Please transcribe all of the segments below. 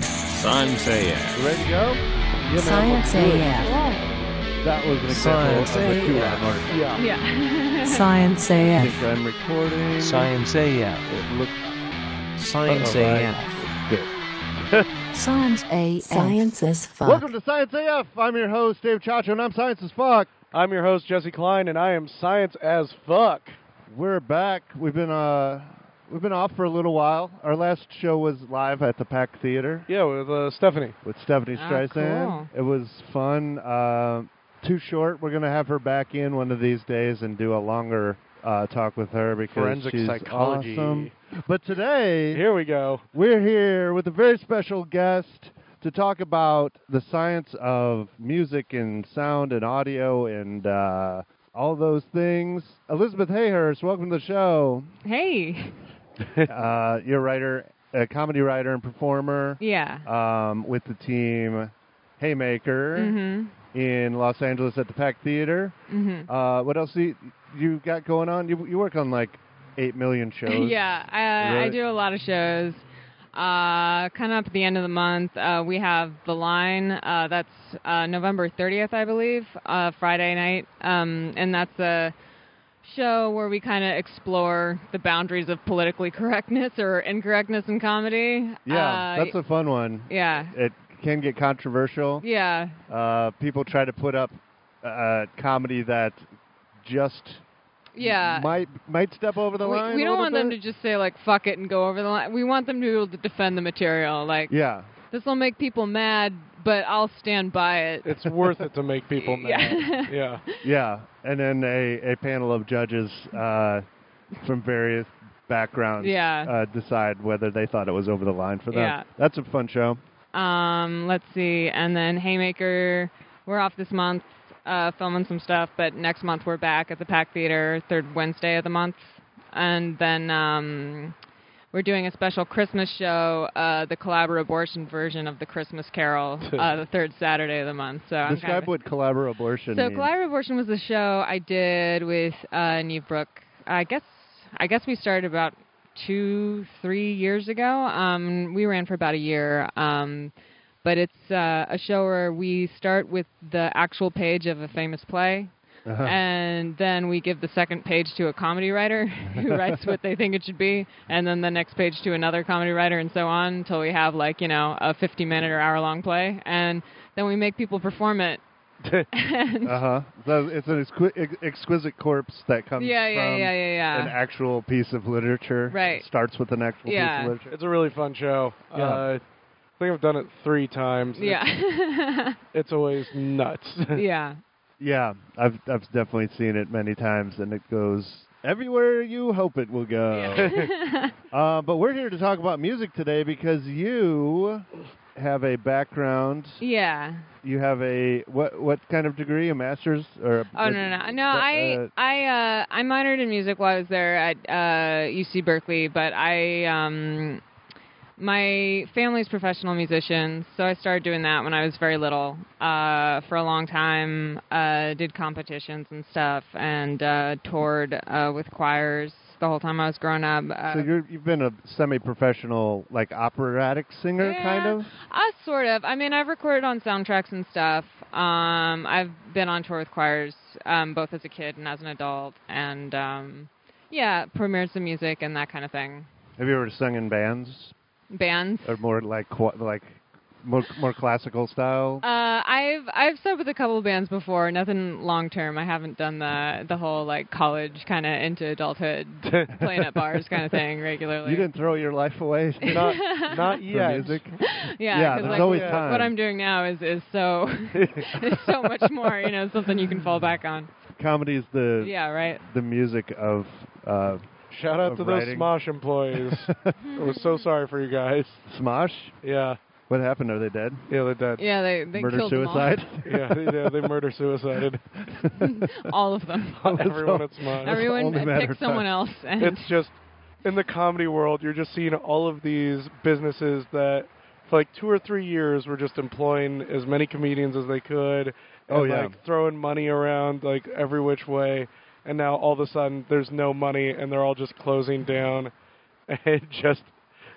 Science AF. You ready to go? You know, Science we're good. AF. That was an example Science of a two AF. hour. Yeah. Yeah. Science I AF. think I'm recording. Science AF. It looked Science Uh-oh, right. AF. good. Science AF. Science as fuck. Welcome to Science AF. I'm your host, Dave Chacho, and I'm Science as Fuck. I'm your host Jesse Klein, and I am science as fuck. We're back. We've been uh we've been off for a little while. Our last show was live at the Pack Theater Yeah, with uh, Stephanie. with Stephanie Oh, Streisand. It was fun. Uh, too short. We're gonna have her back in one of these days and do a longer uh, talk with her because Forensic she's psychology. awesome. But today Here we go. We're here with a very special guest to talk about the science of music and sound and audio and uh, all those things. Elizabeth Hayhurst, welcome to the show. Hey. uh, you're a writer, a comedy writer and performer Yeah. um, with the team Haymaker Mhm. in Los Angeles at the Pack Theater. Mhm. Uh, what else you, you got going on? You, you work on like 8 million shows. yeah. I, I Really? do a lot of shows. Uh, kind of up at the end of the month, uh, we have the line. Uh, that's uh, November 30th, I believe, uh, Friday night, um, and that's a show where we kind of explore the boundaries of politically correctness or incorrectness in comedy. Yeah, Uh, that's a fun one. yeah. It can get controversial. Yeah. uh, people try to put up uh, comedy that just Yeah. might might step over the Uh, we, line. we a don't little want them to bit. just say like fuck it and go over the line. We want them to be able to defend the material. Like Yeah, this will make people mad, but I'll stand by it. It's worth it to make people mad. Yeah. yeah. yeah, and then a, a panel of judges uh, from various backgrounds Yeah. uh, decide whether they thought it was over the line for them. Yeah. That's a fun show. Um, let's see. And then Haymaker, we're off this month, uh, filming some stuff, but next month we're back at the Pack Theater, third Wednesday of the month, and then um, we're doing a special Christmas show, uh, the collaborative abortion version of the Christmas Carol, uh, the third Saturday of the month. So I'm kind Describe of, what collaborative abortion So means. Collaborative Abortion was the show I did with uh, Neve Brooke. I guess I guess we started about two, three years ago. Um, we ran for about a year. Um, but it's uh, a show where we start with the actual page of a famous play. Uh-huh. And then we give the second page to a comedy writer who writes what they think it should be, and then the next page to another comedy writer, and so on until we have like you know a 50-minute or hour-long play, and then we make people perform it. And uh huh. So it's an exqui- ex- exquisite corpse that comes Yeah, yeah, from yeah, yeah, yeah. an actual piece of literature. Right. It starts with an actual Yeah. piece of literature. It's a really fun show. Yeah. Uh, I think I've done it three times. Yeah. It's always nuts. yeah. Yeah, I've I've definitely seen it many times, and it goes everywhere you hope it will go. uh, but we're here to talk about music today because you have a background. Yeah. You have a what what kind of degree? A master's or? A, Oh no no no. no uh, I I uh I minored in music while I was there at uh UC Berkeley, but I um my family's professional musicians, so I started doing that when I was very little. Uh for a long time, uh did competitions and stuff and uh toured uh with choirs the whole time I was growing up. Uh, so you're, you've been a semi-professional, like operatic singer, kind Yeah, of. Uh, sort of. I mean, I've recorded on soundtracks and stuff. Um, I've been on tour with choirs, um, both as a kid and as an adult, and um, yeah, premiered some music and that kind of thing. Have you ever sung in bands Bands. or more like qu- like more more classical style? Uh, I've I've subbed with a couple of bands before. Nothing long term. I haven't done the the whole like college kind of into adulthood playing at bars kind of thing regularly. you didn't throw your life away not not for yet. music. Yeah, Yeah, 'cause, there's like, always what time. I'm doing now is is so is so much more. You know, something you can fall back on. Comedy is the Yeah, right. the music of uh, Shout out Of to those writing. Smosh employees. I was so sorry for you guys. Smosh. Yeah. What happened? Are they dead? Yeah, they did. Yeah, they they Murder killed suicide. Yeah, they, yeah, they murder suicided them all. all of them. everyone at Smosh. Everyone only a matter picked of time. someone else, and it's just in the comedy world you're just seeing all of these businesses that for like two or three years were just employing as many comedians as they could and Oh, yeah. like throwing money around like every which way and now all of a sudden there's no money and they're all just closing down and it just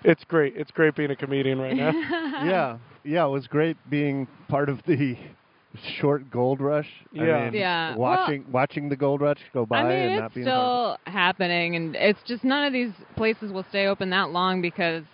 it's great it's great being a comedian right now yeah, yeah, it was great being part of the short gold rush. I Yeah. mean, Yeah, well- watching watching the gold rush go by I mean, and it's not being a part of still happening, and it's just none of these places will stay open that long because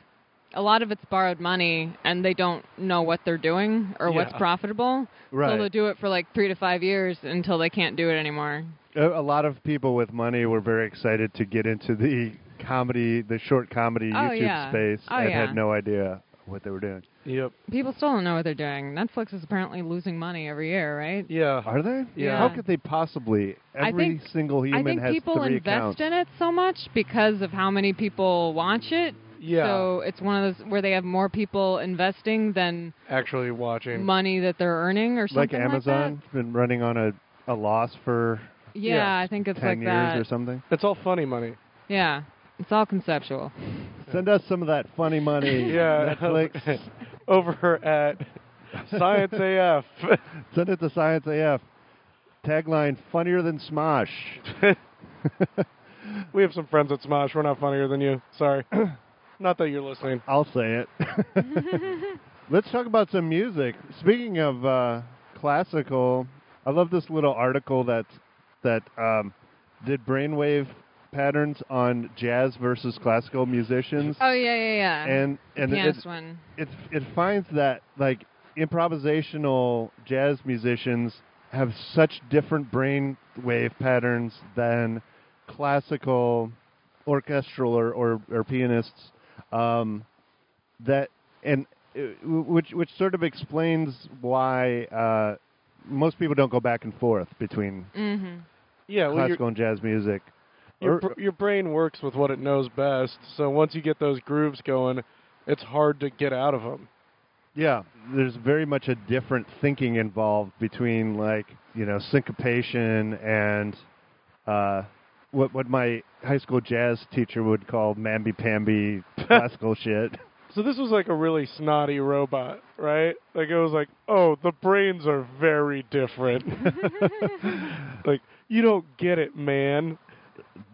a lot of it's borrowed money, and they don't know what they're doing or what's Yeah. profitable. So Right. they'll do it for like three to five years until they can't do it anymore. a, a lot of people with money were very excited to get into the comedy, the short comedy Oh, YouTube yeah. space, Oh, and yeah. had no idea what they were doing. Yep. People still don't know what they're doing. Netflix is apparently losing money every year, right? Yeah. Are they? Yeah. How could they possibly? I Every think- single human I think has people three invest accounts. in it so much because of how many people watch it. Yeah. So it's one of those where they have more people investing than Actually watching. money that they're earning or like something like, Amazon, been running on a, a loss for that. Yeah, Yeah. I think it's ten like years that. or something. It's all funny money. Yeah. It's all conceptual. Send us some of that funny money. Yeah. Netflix. Over at Science AF. Send it to Science AF. Tagline: Funnier than Smosh. we have some friends at Smosh. We're not funnier than you. Sorry. not that you're listening. I'll say it. Let's talk about some music. Speaking of uh, classical, I love this little article that that um, did brainwave patterns on jazz versus classical musicians, Oh yeah, yeah, yeah. and and it, pianist one. it it finds that like improvisational jazz musicians have such different brain wave patterns than classical orchestral or or, or pianists um, that and uh, which which sort of explains why uh, most people don't go back and forth between Mm-hmm. Yeah. Well, your, classical and jazz music your, Or- br- your brain works with what it knows best. So once you get those grooves going, it's hard to get out of them. Yeah, there's very much a different thinking involved between like you know syncopation and uh, what what my high school jazz teacher would call mamby pamby classical shit. So this was like a really snotty robot, right? Like it was like, oh, the brains are very different. like you don't get it, man.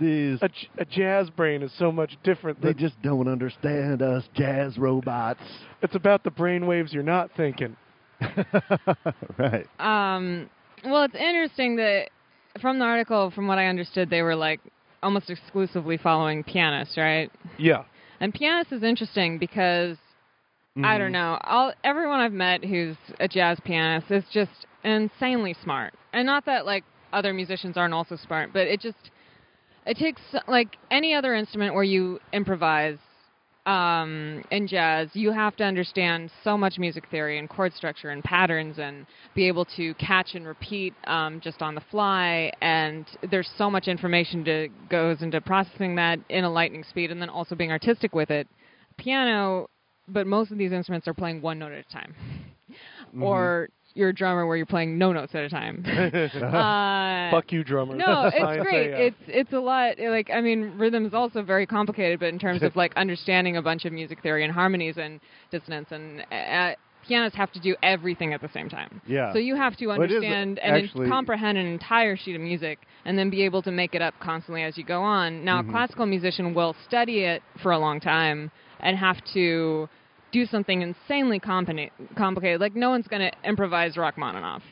These A, j- a jazz brain is so much different. they Than, just don't understand us jazz robots. it's about the brain waves you're not thinking. right. Um, well, it's interesting that from the article, from what I understood, they were like almost exclusively following pianists, right? Yeah. And pianists is interesting because I don't know, all everyone I've met who's a jazz pianist is just insanely smart, and not that like other musicians aren't also smart, but it just it takes like any other instrument where you improvise um, in jazz, you have to understand so much music theory and chord structure and patterns and be able to catch and repeat um, just on the fly. And there's so much information that goes into processing that in a lightning speed and then also being artistic with it. Piano, but most of these instruments are playing one note at a time. Or you're a drummer where you're playing no notes at a time. uh, Fuck you, drummer. no, it's Science great. AF. It's it's a lot. Like I mean, rhythm is also very complicated, but in terms of like understanding a bunch of music theory and harmonies and dissonance and uh, pianists have to do everything at the same time. Yeah. So you have to Well, it is understand and actually- comprehend an entire sheet of music, and then be able to make it up constantly as you go on. Now, Mm-hmm. a classical musician will study it for a long time and have to do something insanely compli- complicated. Like no one's going to improvise Rachmaninoff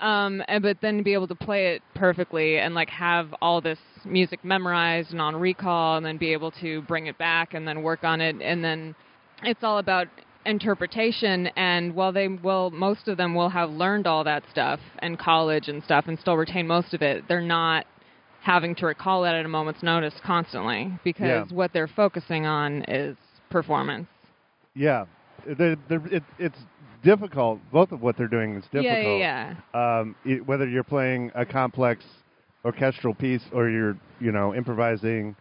um, and, but then to be able to play it perfectly and like have all this music memorized and on recall and then be able to bring it back and then work on it and then it's all about interpretation and while they will most of them will have learned all that stuff in college and stuff and still retain most of it they're not having to recall it at a moment's notice constantly because Yeah. what they're focusing on is performance Yeah, they it, it's difficult. Both of what they're doing is difficult. yeah yeah, yeah. um, it, whether you're playing a complex orchestral piece or you're you know improvising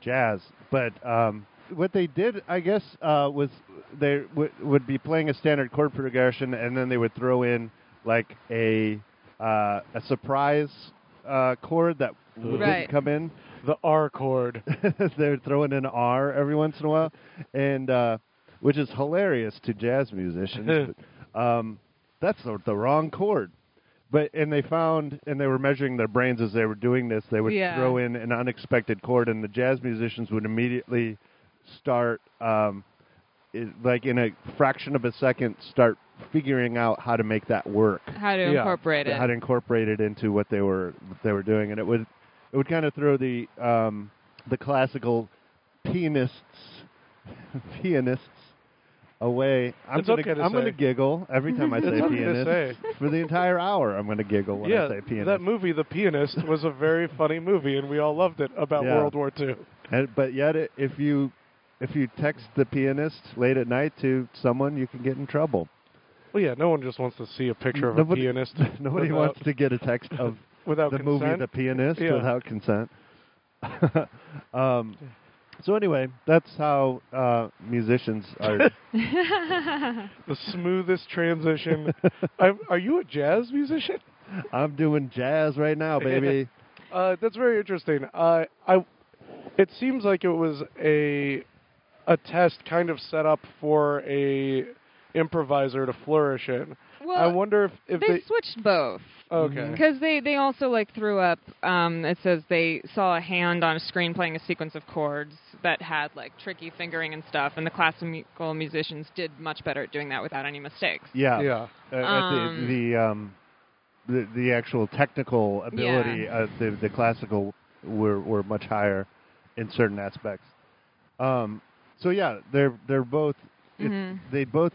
jazz. But um, what they did, I guess, uh, was they w- would be playing a standard chord progression, and then they would throw in like a uh, a surprise uh, chord that w- Right. didn't come in. the R chord. They're throwing an R every once in a while, and uh, which is hilarious to jazz musicians. but, um, that's the, the wrong chord. But and they found and they were measuring their brains as they were doing this. They would Yeah. throw in an unexpected chord, and the jazz musicians would immediately start um, it, like in a fraction of a second, start figuring out how to make that work, How to Yeah. incorporate it. how to incorporate it into what they were what they were doing, and it would it would kind of throw the um, the classical pianists pianists away. I'm It's gonna okay to I'm gonna say. giggle every time I say It's okay to pianist say. for the entire hour. I'm gonna giggle when I say pianist. that movie, The Pianist, was a very funny movie, and we all loved it about Yeah. World War II. And, but yet, i- if you if you text the pianist late at night to someone, you can get in trouble. Well, yeah, no one just wants to see a picture of Nobody- a pianist. Nobody without- wants to get a text of without the consent. movie The Pianist Yeah. without consent. um, so anyway, that's how uh, musicians are. the smoothest transition. I, are you a jazz musician? I'm doing jazz right now, baby. Uh, that's very interesting. Uh, I, it seems like it was a, a test kind of set up for a improviser to flourish in. well, I wonder if, if they, they, switched both okay, because they they also like threw up. Um, it says they saw a hand on a screen playing a sequence of chords that had like tricky fingering and stuff, and the classical musicians did much better at doing that without any mistakes. Yeah, yeah. Uh, at Um, the the, um, the the actual technical ability, uh, the the classical were were much higher in certain aspects. Um, so yeah, they're they're both it- Mm-hmm. they both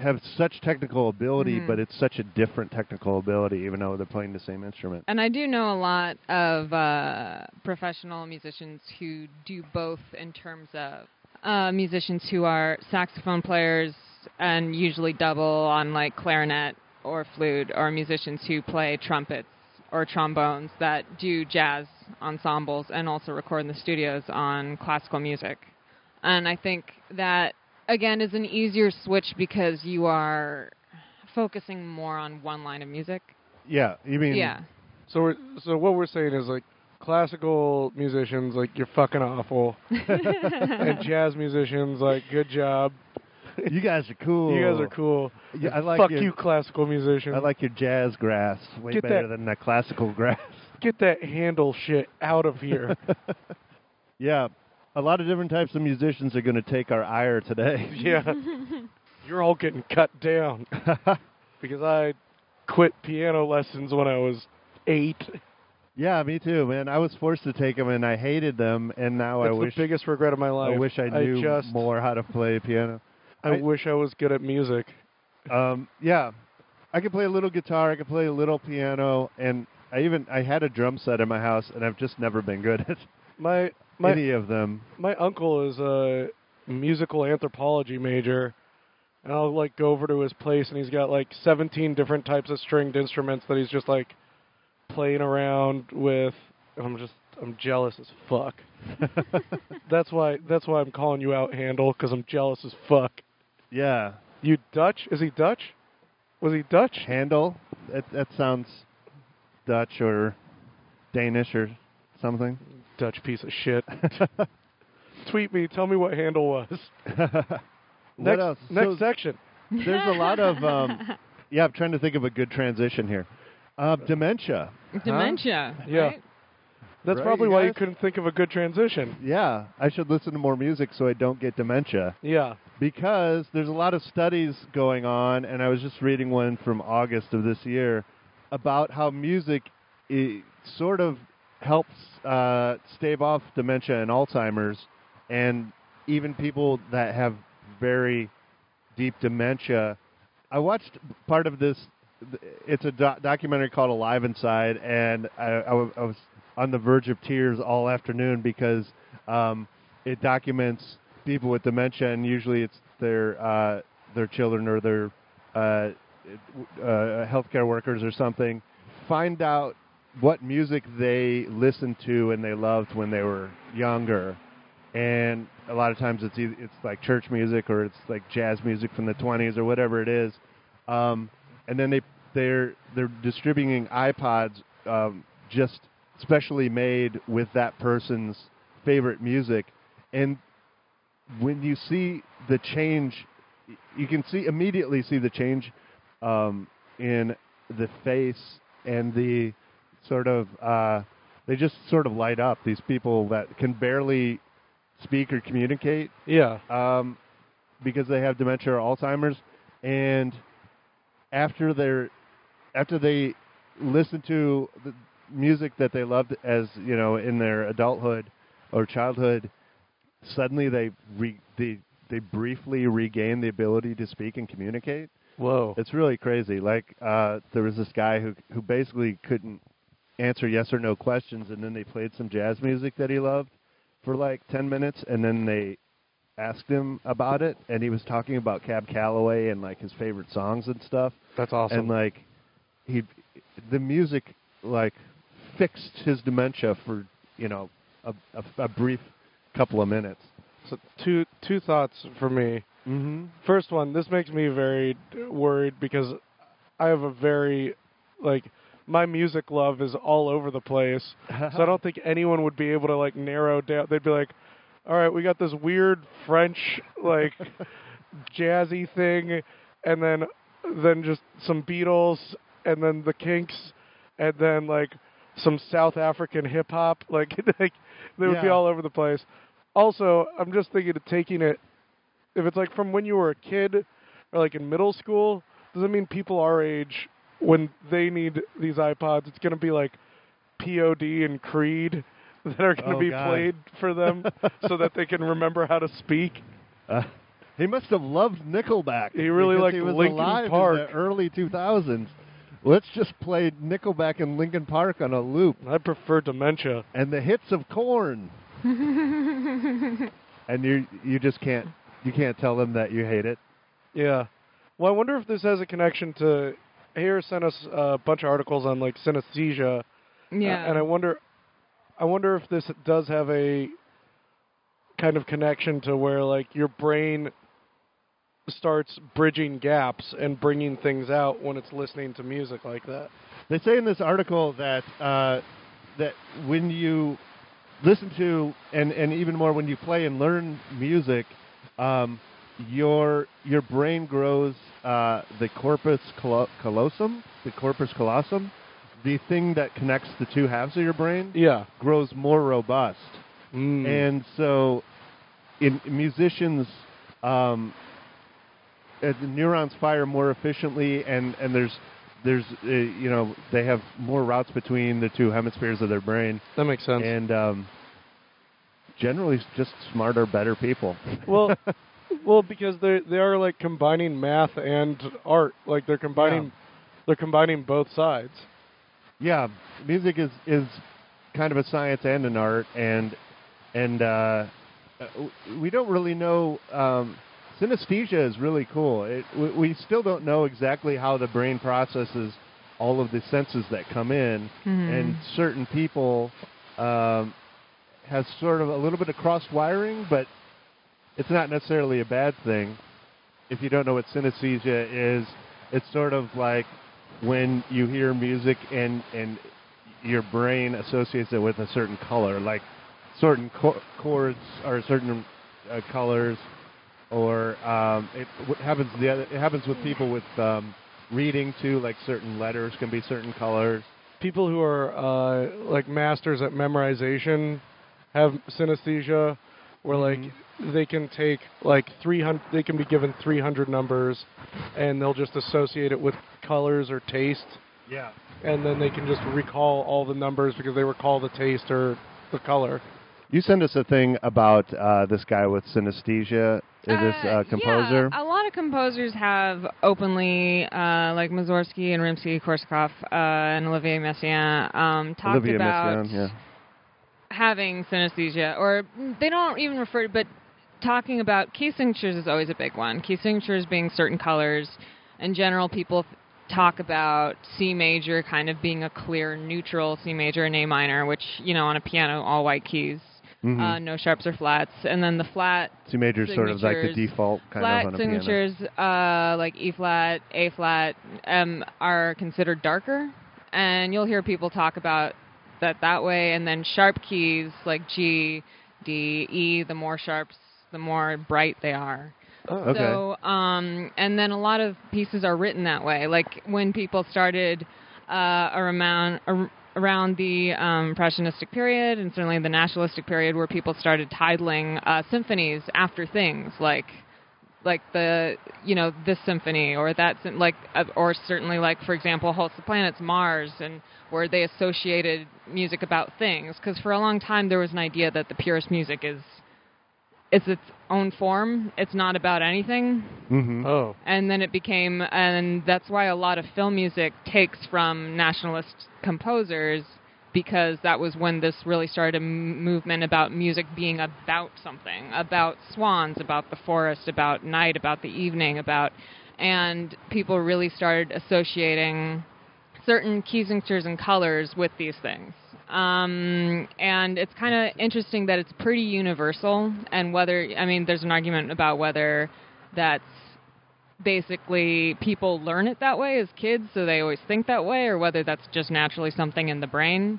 have such technical ability, but it's such a different technical ability, even though they're playing the same instrument. And I do know a lot of uh, professional musicians who do both in terms of uh, musicians who are saxophone players and usually double on like clarinet or flute, or musicians who play trumpets or trombones that do jazz ensembles and also record in the studios on classical music. And I think that, again, is an easier switch because you are focusing more on one line of music. Yeah, you mean Yeah. So we're, so what we're saying is like classical musicians like you're fucking awful, and jazz musicians like good job, you guys are cool. you guys are cool. Yeah, I like Fuck your- you, classical musicians. I like your jazz grass way Get better that- than the classical grass. get that handle shit out of here. Yeah, a lot of different types of musicians are going to take our ire today. yeah, you're all getting cut down because I quit piano lessons when I was eight. Oh, yeah, me too, man. I was forced to take them, and I hated them, and now I That's wish the biggest regret of my I life. wish I knew just, more how to play piano. I I- wish I was good at music. Um, yeah, I could play a little guitar, I could play a little piano, and I even I had a drum set in my house, and I've just never been good at My my any of them. my uncle is a musical anthropology major and i'll like go over to his place and he's got like 17 different types of stringed instruments that he's just like playing around with and i'm just i'm jealous as fuck that's why that's why i'm calling you out handle because i'm jealous as fuck Yeah, you dutch is he dutch was he dutch handle. That that sounds Dutch or Danish or something. dutch piece of shit tweet me tell me what handle was What next, else? next So- section There's a lot of um, yeah. I'm trying to think of a good transition here. Uh, dementia. Dementia. Yeah. right? that's Right, probably you why you guys? couldn't think of a good transition Yeah, I should listen to more music so I don't get dementia Yeah. because there's a lot of studies going on, and I was just reading one from August of this year about how music i sort of helps uh, stave off dementia and Alzheimer's, and even people that have very deep dementia. I watched part of this. It's a doc- documentary called Alive Inside, and I, I wa- I was on the verge of tears all afternoon because um, it documents people with dementia, and usually it's their uh, their children or their uh, uh, healthcare workers or something. Find out what music they listened to and they loved when they were younger and a lot of times it's either, it's like church music or it's like jazz music from the 20s or whatever it is um, and then they they're they're distributing iPods um, just specially made with that person's favorite music and when you see the change y- you can see immediately see the change um, in the face and the sort of uh, they just sort of light up these people that can barely speak or communicate Yeah. um, because they have dementia or Alzheimer's, and after their after they listen to the music that they loved as you know in their adulthood or childhood, suddenly they re, they they briefly regain the ability to speak and communicate. Whoa. It's really crazy. Like uh, there was this guy who who basically couldn't answer yes or no questions, and then they played some jazz music that he loved for like ten minutes, and then they asked him about it, and he was talking about Cab Calloway and like his favorite songs and stuff, That's awesome. and like he the music like fixed his dementia for you know a, a, a brief couple of minutes. so two two thoughts for me. Mm-hmm. First one, this makes me very worried because I have a very like my music love is all over the place. so I don't think anyone would be able to like narrow down. They'd be like, "All right, we got this weird French like jazzy thing, and then then just some Beatles, and then the Kinks, and then like some South African hip hop." Like, like they would be Yeah. all over the place. Also, I'm just thinking of taking it if it's like from when you were a kid or like in middle school. Doesn't mean people our age when they need these iPods, it's going to be like POD and Creed that are going to Oh, be God. played for them so that they can remember how to speak. Uh, he must have loved Nickelback. He really because liked he was Linkin alive in Park. the early 2000s. Let's just play Nickelback and Linkin Park on a loop, I prefer dementia. and the hits of Corn. and you you just can't you can't tell them that you hate it. Yeah. Well, I wonder if this has a connection to. Here sent us a bunch of articles on like synesthesia, Yeah. and I wonder, I wonder if this does have a kind of connection to where like your brain starts bridging gaps and bringing things out when it's listening to music like that. They say in this article that uh, that when you listen to and and even more when you play and learn music, um, your your brain grows uh, the corpus callo- callosum, the corpus callosum, the thing that connects the two halves of your brain Yeah. grows more robust, Mm. and so in musicians. Um, uh, the neurons fire more efficiently, and, and there's there's uh, you know they have more routes between the two hemispheres of their brain, that makes sense. and um, generally s- just smarter, better people. well, well, because they they are like combining math and art, like they're combining they're combining both sides. yeah, music is is kind of a science and an art, and and uh, uh, w- we don't really know. Um, synesthesia is really cool. It, we, we still don't know exactly how the brain processes all of the senses that come in, and certain people um, have sort of a little bit of cross wiring, but it's not necessarily a bad thing. If you don't know what synesthesia is, it's sort of like when you hear music and and your brain associates it with a certain color, like certain chor- chords or certain uh, colors, or um, it what happens the other, it happens with people with um, reading too, like certain letters can be certain colors. People who are uh, like masters at memorization have synesthesia, where like they can take like three hundred, they can be given three hundred numbers, and they'll just associate it with colors or taste, Yeah, and then they can just recall all the numbers because they recall the taste or the color. you sent us a thing about uh, this guy with synesthesia, uh, this uh, yeah, composer. a lot of composers have openly, uh, like Mussorgsky and Rimsky-Korsakov uh, and Olivier Messiaen, um, talked Olivia about Messiaen, yeah. having synesthesia, or mm, they don't even refer to, but talking about key signatures is always a big one. Key signatures being certain colors. In general, people talk about C major kind of being a clear neutral C major and A minor, which you know on a piano all white keys, Mhm. uh, no sharps or flats, and then the flat C major is sort of like the signatures, default kind flat of on a piano. signatures uh, like E flat, A flat, um, are considered darker, and you'll hear people talk about that that way. And then sharp keys like G, D, E, the more sharps, the more bright they are. Okay. So, um, and then a lot of pieces are written that way. Like when people started uh, around ar- around the um, impressionistic period, and certainly the nationalistic period, where people started titling uh, symphonies after things like like the you know this symphony or that sym- like uh, or certainly like for example Host the Planets Mars and where they associated music about things because for a long time there was an idea that the purest music is it's its own form it's not about anything Mm-hmm. Oh, and then it became and that's why a lot of film music takes from nationalist composers because that was when this really started a m- movement about music being about something about swans about the forest about night about the evening about and people really started associating certain key signatures and colors with these things. Um, and it's kind of interesting that it's pretty universal. And whether, I mean, there's an argument about whether that's basically people learn it that way as kids, so they always think that way, or whether that's just naturally something in the brain.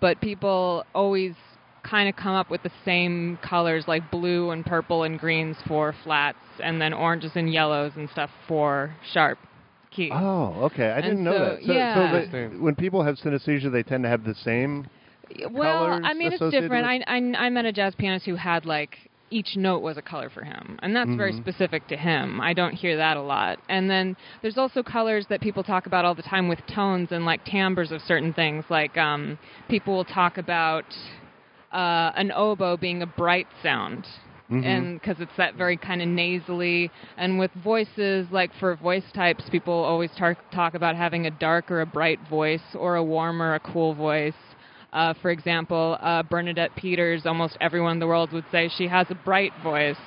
But people always kind of come up with the same colors like blue and purple and greens for flats, and then oranges and yellows and stuff for sharp keys. Oh, okay. I And didn't know so- that. So, yeah. so they, when people have synesthesia, they tend to have the same. well colors i mean it's associated different I, I i met a jazz pianist who had like each note was a color for him and that's Mm-hmm. very specific to him i don't hear that a lot and then there's also colors that people talk about all the time with tones and like timbres of certain things like um people will talk about uh an oboe being a bright sound and because it's that very kind of nasally and with voices like for voice types people always tar- talk about having a dark or a bright voice or a warm or a cool voice uh, for example uh, bernadette peters almost everyone in the world would say she has a bright voice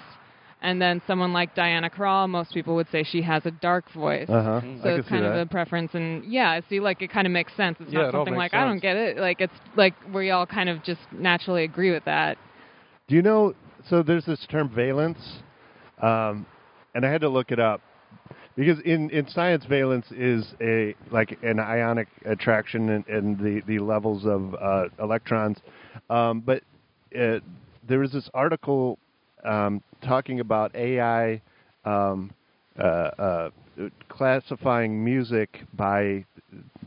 and then someone like diana krall most people would say she has a dark voice Uh huh. I so can it's see kind that. of a preference, and yeah, see, like it kind of makes sense. It's Yeah, it not all something like makes I don't sense. get it. Like it's like we all kind of just naturally agree with that. Do you know? So there's this term valence, um, and I had to look it up because in, in science, valence is a like an ionic attraction and, and the the levels of uh, electrons. Um, but it, there was this article um, talking about AI um, uh, uh, classifying music by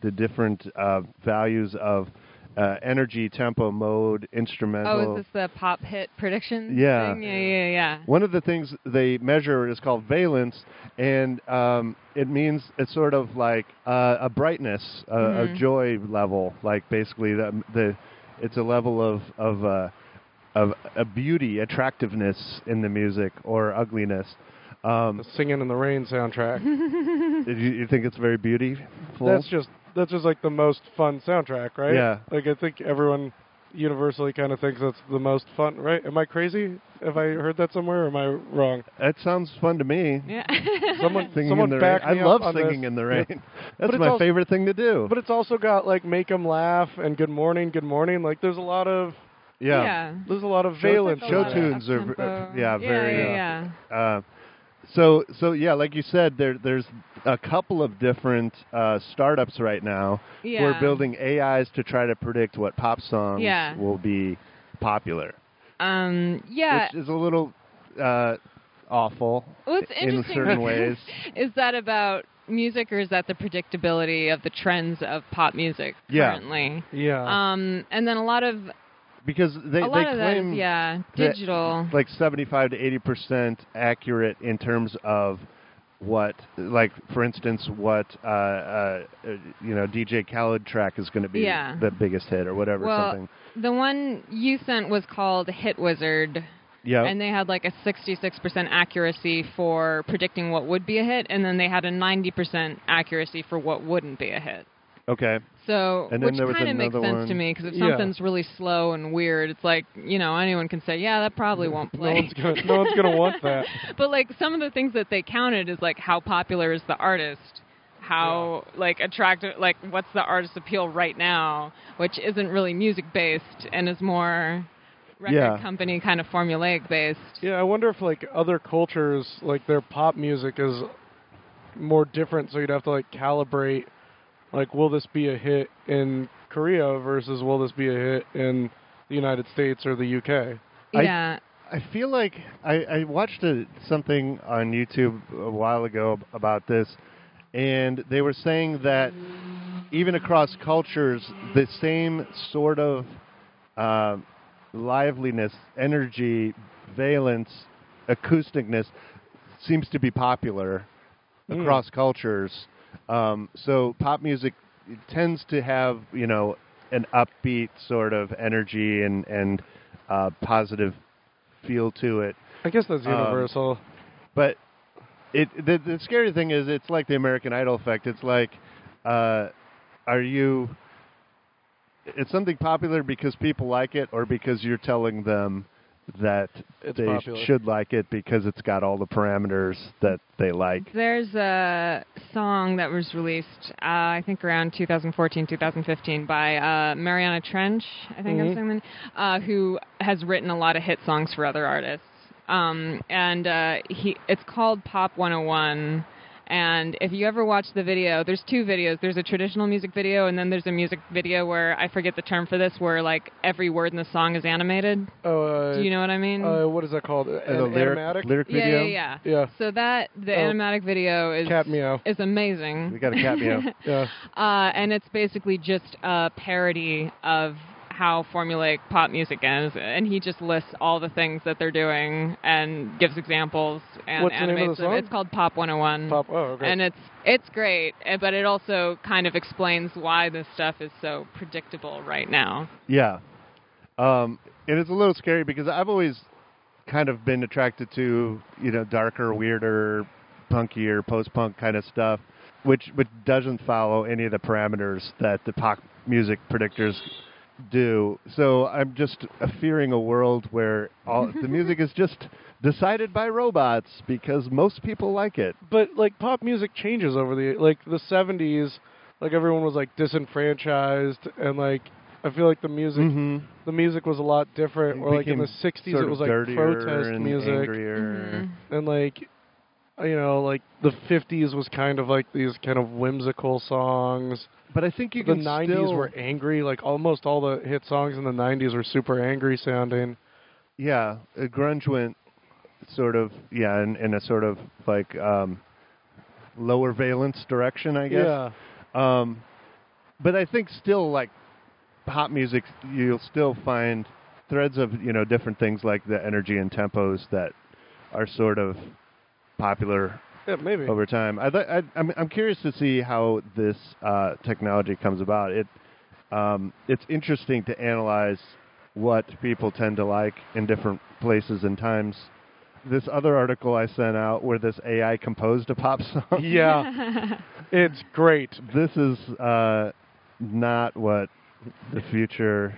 the different uh, values of uh, energy, tempo, mode, instrumental. Oh, is this the pop hit prediction? Yeah. thing? yeah, yeah, yeah. One of the things they measure is called valence, and um, it means it's sort of like uh, a brightness, a, Mm-hmm. a joy level. Like basically, the, the it's a level of of uh, of a beauty, attractiveness in the music or ugliness. Um, the Singing in the Rain soundtrack. did you, you think it's very beautiful? Hmm. that's just that's just like the most fun soundtrack, right? Yeah. Like I think everyone universally kind of thinks that's the most fun, right? Am I crazy? Have I heard that somewhere? or Am I wrong? that sounds fun to me. Yeah. Someone, Singing someone in the rain. back I me love up on singing this. in the rain. That's it's my also- favorite thing to do. But it's also got like make 'em laugh and good morning, good morning. Like there's a lot of yeah. there's a lot of Show- valence. show in that. tunes are v- Up-tempo. yeah, very, Yeah, uh, yeah, Uh, so so yeah, like you said, there there's a couple of different uh, startups right now yeah. who Yeah. are building AIs to try to predict what pop songs Yeah. will be popular, Um, yeah. which is a little uh, awful What's in interesting certain ways. is that about music, or is that the predictability of the trends of pop music Yeah. currently? Yeah. Um, and then a lot of Because they they a lot of that claim is yeah that- digital. like 75 to 80 percent accurate in terms of what, like for instance, what uh, uh, uh, you know DJ Khaled track is going to be Yeah. the biggest hit or whatever Well, something. The one you sent was called Hit Wizard, Yeah, and they had like a 66% accuracy for predicting what would be a hit, and then they had a 90% accuracy for what wouldn't be a hit. okay. So, And then which there was kind of makes another sense one. to me because if Yeah. something's really slow and weird, it's like you know anyone can say, yeah, that probably won't no play. one's gonna no one's gonna want that. but like some of the things that they counted is like how popular is the artist how like attractive like what's the artist appeal right now which isn't really music based and is more record Yeah. company kind of formulaic based Yeah, I wonder if like other cultures, like their pop music is more different, so you'd have to like calibrate, like will this be a hit in Korea versus will this be a hit in the United States or the UK? I- yeah I feel like I, I watched a, something on YouTube a while ago ab- about this, and they were saying that even across cultures, the same sort of uh, liveliness, energy, valence, acousticness seems to be popular Mm. across cultures. Um, so pop music tends to have you know an upbeat sort of energy and and uh, positive feel to it. I guess that's Um, universal. But it the, the scary thing is it's like the American Idol effect. It's like, uh, are you? It's something popular because people like it, or because you're telling them that It's they popular. should like it because it's got all the parameters that they like. There's a song that was released, uh, I think around 2014, 2015, by uh, Mariana Trench, I think I'm Mhm. saying, the name, uh, who has written a lot of hit songs for other artists. Um, and uh, he, it's called Pop 101. And if you ever watch the video, there's two videos. There's a traditional music video, and then there's a music video where I forget the term for this, where like every word in the song is animated. Oh, uh, Do you know what I mean? uh, what is that called? An And the lyric, animatic? lyric yeah, video. yeah, yeah. Yeah. So that the Oh. animatic video is Cat meow. is amazing. We got a cat meow. Yeah. Uh, and it's basically just a parody of how formulaic pop music is, and he just lists all the things that they're doing and gives examples and What's the name of animates the song? it. It's called Pop 101. Pop. Oh, okay. Mm. And it's it's great, eh, but it also kind of explains why this stuff is so predictable right now. Yeah. Um, and it's a little scary because I've always kind of been attracted to, you know, darker, weirder, punkier, post punk kind of stuff, which which doesn't follow any of the parameters that the pop music predictors do. So I'm just fearing a world where all the music is just decided by robots because most people like it. but like pop music changes over the like the seventies, like everyone was like disenfranchised and like I feel like the music Mm-hmm. the music was a lot different. Or like in the sixties it was like protest and music Angrier. Mm-hmm. and like you know, like the fifties was kind of like these kind of whimsical songs. But I think you the can nineties still were angry, like almost all the hit songs in the nineties were super angry sounding. yeah, uh, grunge went sort of yeah, in, in a sort of like um, lower valence direction, I guess. Yeah. Um, but I think still like pop music, you'll still find threads of you know different things like the energy and tempos that are sort of popular Yeah, maybe. over time. I th- I, I'm, I'm curious to see how this uh, technology comes about. It um, it's interesting to analyze what people tend to like in different places and times. This other article I sent out where this AI composed a pop song. Yeah. it's great. This is uh, not what the future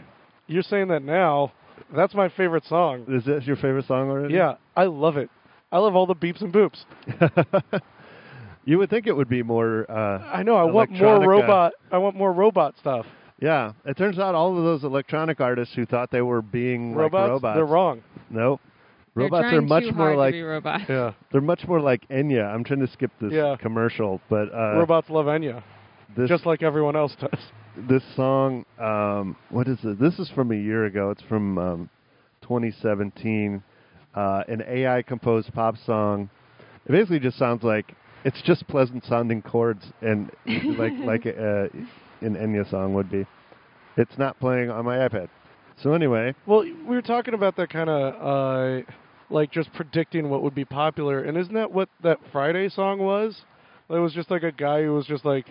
You're saying that now. That's my favorite song. is. This your favorite song already? Yeah, I love it. I love all the beeps and boops. you would think it would be more. Uh, I know. I want more Electronica. robot. I want more robot stuff. yeah. It turns out all of those electronic artists who thought they were being Robots, like robots They're wrong. No. They're Robots trying are much too more hard like to be robots. Yeah. they're much more like Enya. I'm trying to skip this Yeah. commercial, but uh, robots love Enya, this just like everyone else does. this song. Um, what is it? This is from a year ago. It's from um, 2017. Uh, an AI composed pop song. It basically just sounds like it's just pleasant sounding chords and like like uh, an Enya song would be. It's not playing on my iPad. So anyway, Well, we were talking about that kind of uh, like just predicting what would be popular, and isn't that what that Friday song was? It was just like a guy who was just like,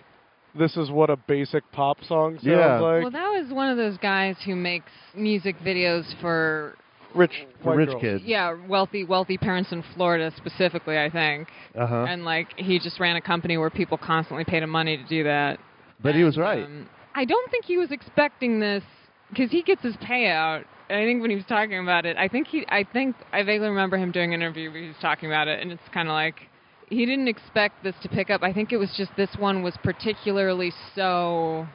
"This is what a basic pop song sounds Yeah. like." Well, that was one of those guys who makes music videos for rich, for white rich girls. kids. yeah wealthy wealthy parents in Florida specifically, I think. Uh huh. and like he just ran a company where people constantly paid him money to do that. But he was And, right. um, I don't think he was expecting this because he gets his payout. And I think when he was talking about it, I think he, I think I vaguely remember him doing an interview where he was talking about it, and it's kind of like he didn't expect this to pick up. I think it was just this one was particularly so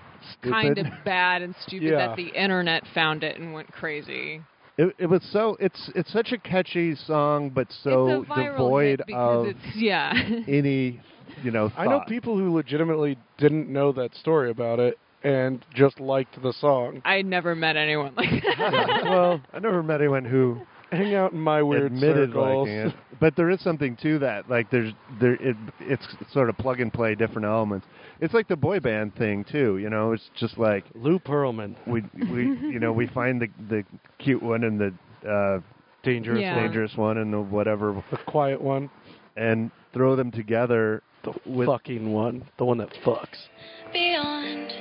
kind of Stupid. bad and stupid Yeah. that the internet found it and went crazy. It, it was so it's it's such a catchy song, but so it's a viral devoid hit because of it's yeah. any you know. I know thought. people who legitimately didn't know that story about it and just liked the song. I never met anyone like that. well, I never met anyone who Hang out in my weird admitted circles. liking it, but there is something to that. Like there's there it it's sort of plug and play different elements. It's like the boy band thing too. You know, it's just like Lou Pearlman, we we you know we find the the cute one and the uh, dangerous, Yeah. dangerous one and the whatever the quiet one. and throw them together The With- fucking one, the one that fucks. beyond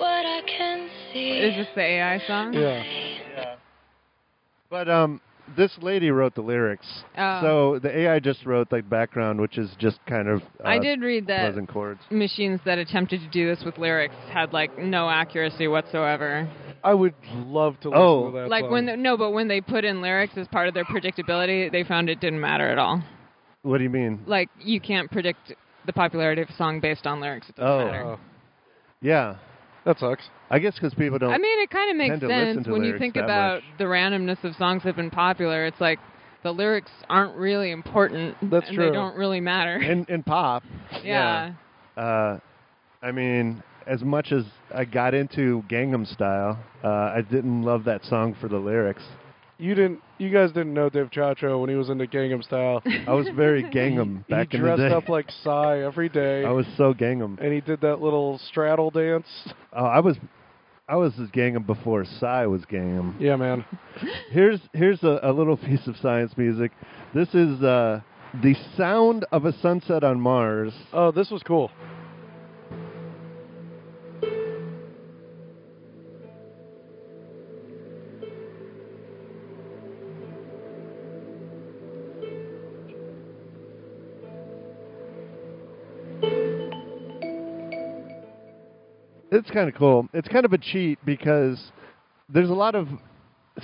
what I can see. Is this the AI song? uh, Yeah. But um, this lady wrote the lyrics, Oh. so the AI just wrote like background, which is just kind of uh, I did read that pleasant chords. machines that attempted to do this with lyrics had like no accuracy whatsoever. I would love to listen Oh. to that. like song. when the, no, but when they put in lyrics as part of their predictability, they found it didn't matter at all. What do you mean? Like you can't predict the popularity of a song based on lyrics. It doesn't Oh. matter. Oh, Yeah, that sucks. I guess because people don't. I mean, it kind tend of makes to listen sense to when you lyrics think that about the randomness of songs that have been popular. It's like the lyrics aren't really important. That's and true. They don't really matter. in in pop, yeah. uh, I mean, as much as I got into Gangnam Style, uh, I didn't love that song for the lyrics. You didn't. You guys didn't know Dave Chacho when he was into Gangnam Style. I was very Gangnam back he in the dressed day. up like Psy every day, I was so Gangnam. and he did that little straddle dance. Oh, I was, I was as Gangnam before Psy was Gangnam. Yeah, man. Here's here's a, a little piece of science music. This is uh, the sound of a sunset on Mars. Oh, this was cool. It's kind of cool. It's kind of a cheat because there's a lot of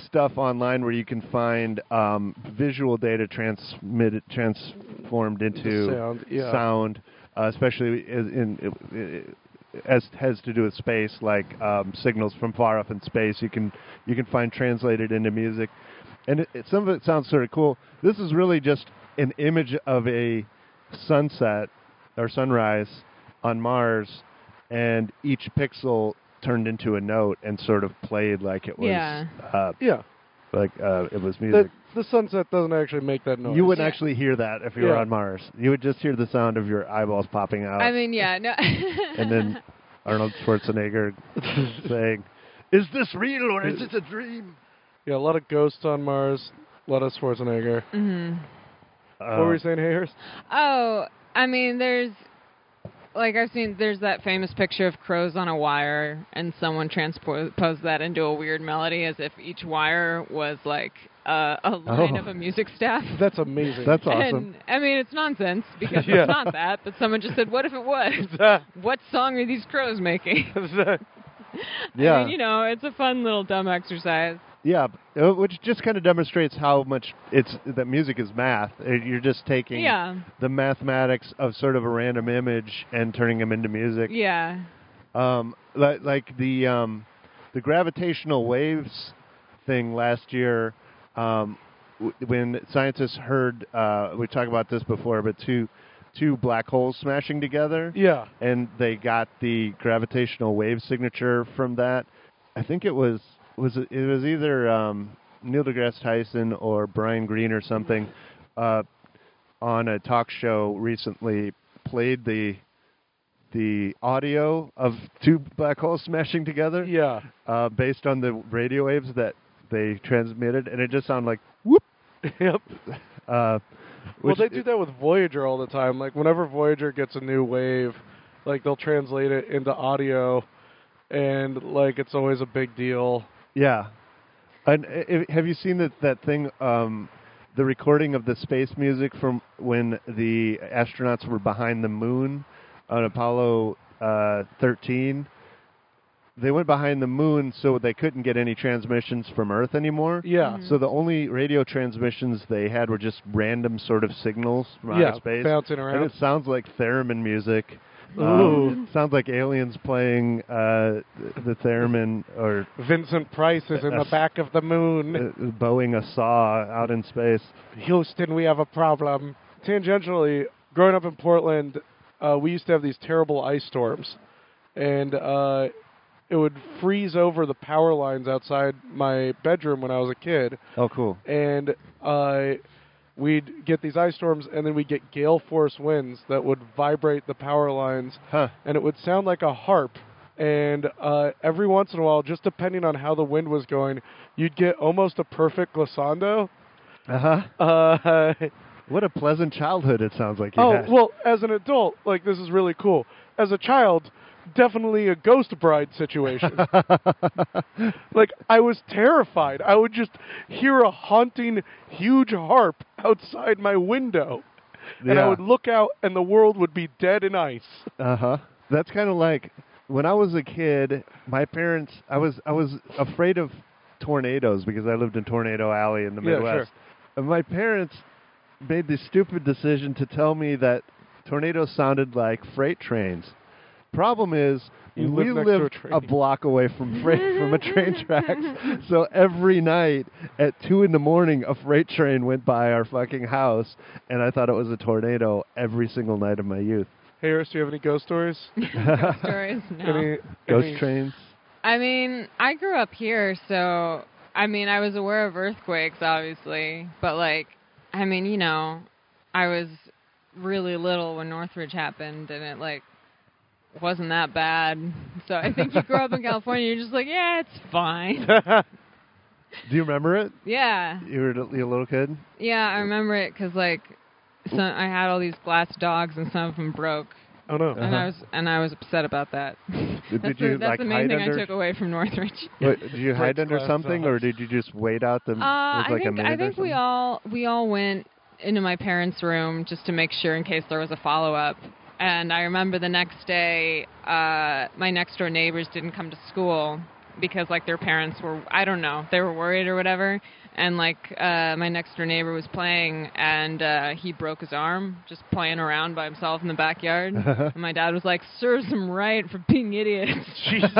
stuff online where you can find um, visual data transmitted transformed into sound, yeah. sound, uh, especially in. in as has to do with space, like um, signals from far off in space, you can you can find translated into music, and it, it- some of it sounds sort of cool. This is really just an image of a sunset or sunrise on Mars, and each pixel turned into a note and sort of played like it was Yeah. uh, Yeah, like uh, it was music. the, the sunset doesn't actually make that noise. you wouldn't actually hear that if you were Yeah. on Mars. You would just hear the sound of your eyeballs popping out, I mean, yeah. No. and then Arnold Schwarzenegger saying, "Is this real or is this a dream?" Yeah, a lot of ghosts on Mars. A lot of Schwarzenegger. Mhm. Uh, what were you saying, Hayhurst? Oh, I mean, there's like I've seen there's that famous picture of crows on a wire, and someone transposed that into a weird melody as if each wire was like a a line Oh. of a music staff. That's amazing. That's awesome. And I mean, it's nonsense because Yeah. it's not that. But someone just said, "What if it was? what song are these crows making?" yeah, I mean, you know, it's a fun little dumb exercise. yeah, uh, which just kind of demonstrates how much it's that music is math. Uh, You're just taking Yeah, the mathematics of sort of a random image and turning them into music. yeah. um, like, like the um, the gravitational waves thing last year um, w- when scientists heard uh, we talked about this before, but two two black holes smashing together, yeah. and they got the gravitational wave signature from that. I think it was was it, it was either um, Neil deGrasse Tyson or Brian Greene or something uh, on a talk show recently played the the audio of two black holes smashing together Yeah. uh, based on the radio waves that they transmitted, and it just sounded like whoop. Yep. Uh, Well, which- they do that with Voyager all the time. Like whenever Voyager gets a new wave, like they'll translate it into audio, and like it's always a big deal. Yeah. And i i have you seen that that thing, um, the recording of the space music from when the astronauts were behind the moon on Apollo uh, 13? They went behind the moon so they couldn't get any transmissions from Earth anymore. Yeah. So the only radio transmissions they had were just random sort of signals from Yeah, outer space, bouncing And around. it sounds like theremin music. Ooh. it sounds like aliens playing uh, the- the theremin or Vincent Price is in the Yes. back of the moon. uh, Boeing a saw out in space. Houston, we have a problem. Tangentially, growing up in Portland, uh, we used to have these terrible ice storms, and uh, it would freeze over the power lines outside my bedroom when I was a kid. Oh, cool. and uh, we'd get these ice storms, and then we'd get gale force winds that would vibrate the power lines, Huh. and it would sound like a harp. And uh, every once in a while, just depending on how the wind was going, you'd get almost a perfect glissando. Uh huh. Uh, What a pleasant childhood it sounds like you Oh had. well, as an adult, like this is really cool. As a child, definitely a ghost bride situation. like I was terrified. I would just hear a haunting, huge harp outside my window, and I Yeah. would look out, and the world would be dead in ice. Uh huh. Uh-huh. That's kind of like when I was a kid. My parents, I was I was afraid of tornadoes because I lived in Tornado Alley in the Yeah, sure. Midwest. And my parents made the stupid decision to tell me that tornadoes sounded like freight trains. Problem is, You we live next to a lived train. a, block away from freight, from a train tracks. So every night at two in the morning, a freight train went by our fucking house, and I thought it was a tornado every single night of my youth. Hey, Iris, do you have any ghost stories? Stories? No. Any Ghost any- trains. I mean, I grew up here, so I mean, I was aware of earthquakes, obviously, but like, I mean, you know, I was really little when Northridge happened, and it like wasn't that bad. So I think you grow up in California, you're just like, yeah, it's fine. Do you remember it? yeah, You were a- you a little kid. yeah, I remember it because like, some, I had all these glass dogs, and some of them broke, Oh no. and I was and I was upset about that. Uh-huh. Did that's you the, that's like the hide main thing under? I took away from Northridge. Wait, did you hide Breaks under glass something, or off. did you just wait out the? Uh, Mm. was like I a think minute I or think we something? all we all went into my parents' room just to make sure in case there was a follow up. And I remember the next day, uh, my next door neighbors didn't come to school because like their parents were I don't know they were worried or whatever. And like uh, my next door neighbor was playing and uh, he broke his arm just playing around by himself in the backyard. and my dad was like, "Serves him right for being idiots." Jesus.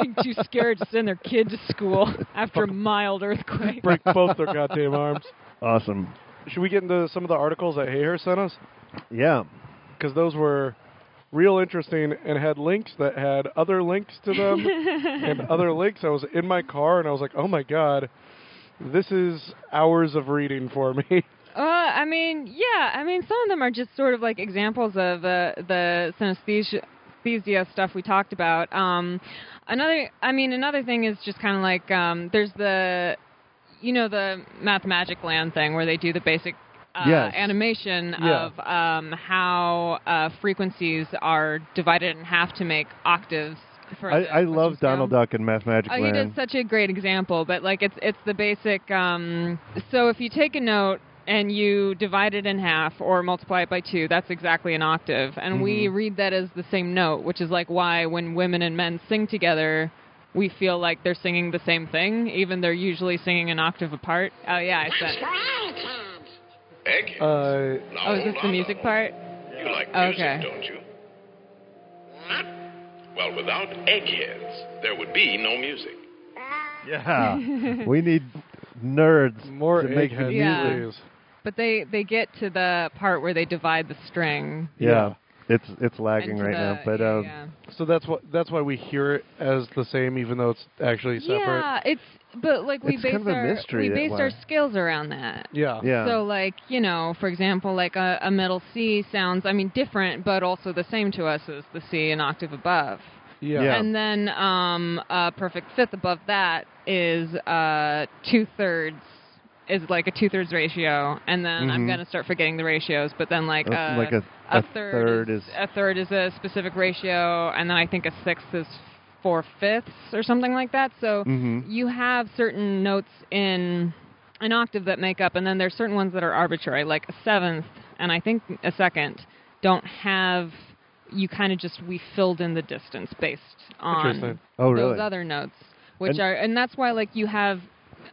being too scared to send their kid to school after a mild earthquake. Break both their goddamn arms. Awesome. Should we get into some of the articles that Hey Her sent us? Yeah. because those were real interesting and had links that had other links to them and other links. I was in my car and I was like, oh my god, this is hours of reading for me. Uh, I mean, yeah. I mean, some of them are just sort of like examples of uh, the synesthesia, synesthesia stuff we talked about. Um, another, I mean, another thing is just kind of like um, there's the, you know, the math magic land thing where they do the basic. Uh, Yes. Animation Yeah. of um, how uh, frequencies are divided in half to make octaves. For I, the I love Hutchins scale. Donald Duck and Math Magic Oh, you Land. did such a great example, but like it's it's the basic. Um, so if you take a note and you divide it in half or multiply it by two, that's exactly an octave, and we Mm-hmm. read that as the same note, which is like why when women and men sing together. We feel like they're singing the same thing, even they're usually singing an octave apart. Oh yeah, I said. Uh, Oh, is this the music part? You like music, Okay. don't you? Well, without eggheads, there would be no music. yeah. we need nerds more to make the eggheads, music. Yeah. please. But they they get to the part where they divide the string. Yeah. Yeah. It's it's lagging into right the- now, but yeah, um, yeah. So that's what that's why we hear it as the same, even though it's actually separate. Yeah, it's but like we It's base kind of a our mystery we that base why. our skills around that. Yeah. yeah. So like you know, for example, like a, a middle C sounds I mean different, but also the same to us as the C an octave above. Yeah. Yeah. And then um, a perfect fifth above that is uh, two thirds is like a two thirds ratio, and then I'm Mhm. gonna start forgetting the ratios. But then like Uh, a, like a- a, a third is- a third is a specific ratio, and then I think a sixth is four fifths or something like that. So Mhm. you have certain notes in an octave that make up, and then there's certain ones that are arbitrary, like a seventh and I think a second don't have. You kind of just we filled in the distance based on Interesting. Oh, really? those other notes, which And- are and that's why like you have.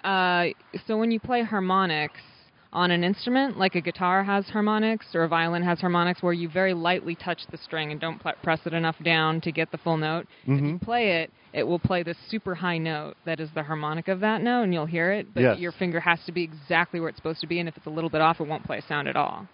Uh, so when you play harmonics on an instrument, like a guitar has harmonics or a violin has harmonics, where you very lightly touch the string and don't pl- press it enough down to get the full note. Mm-hmm. If you play it, it will play the super high note that is the harmonic of that note, and you'll hear it. But Yes. your finger has to be exactly where it's supposed to be, and if it's a little bit off, it won't play a sound at all.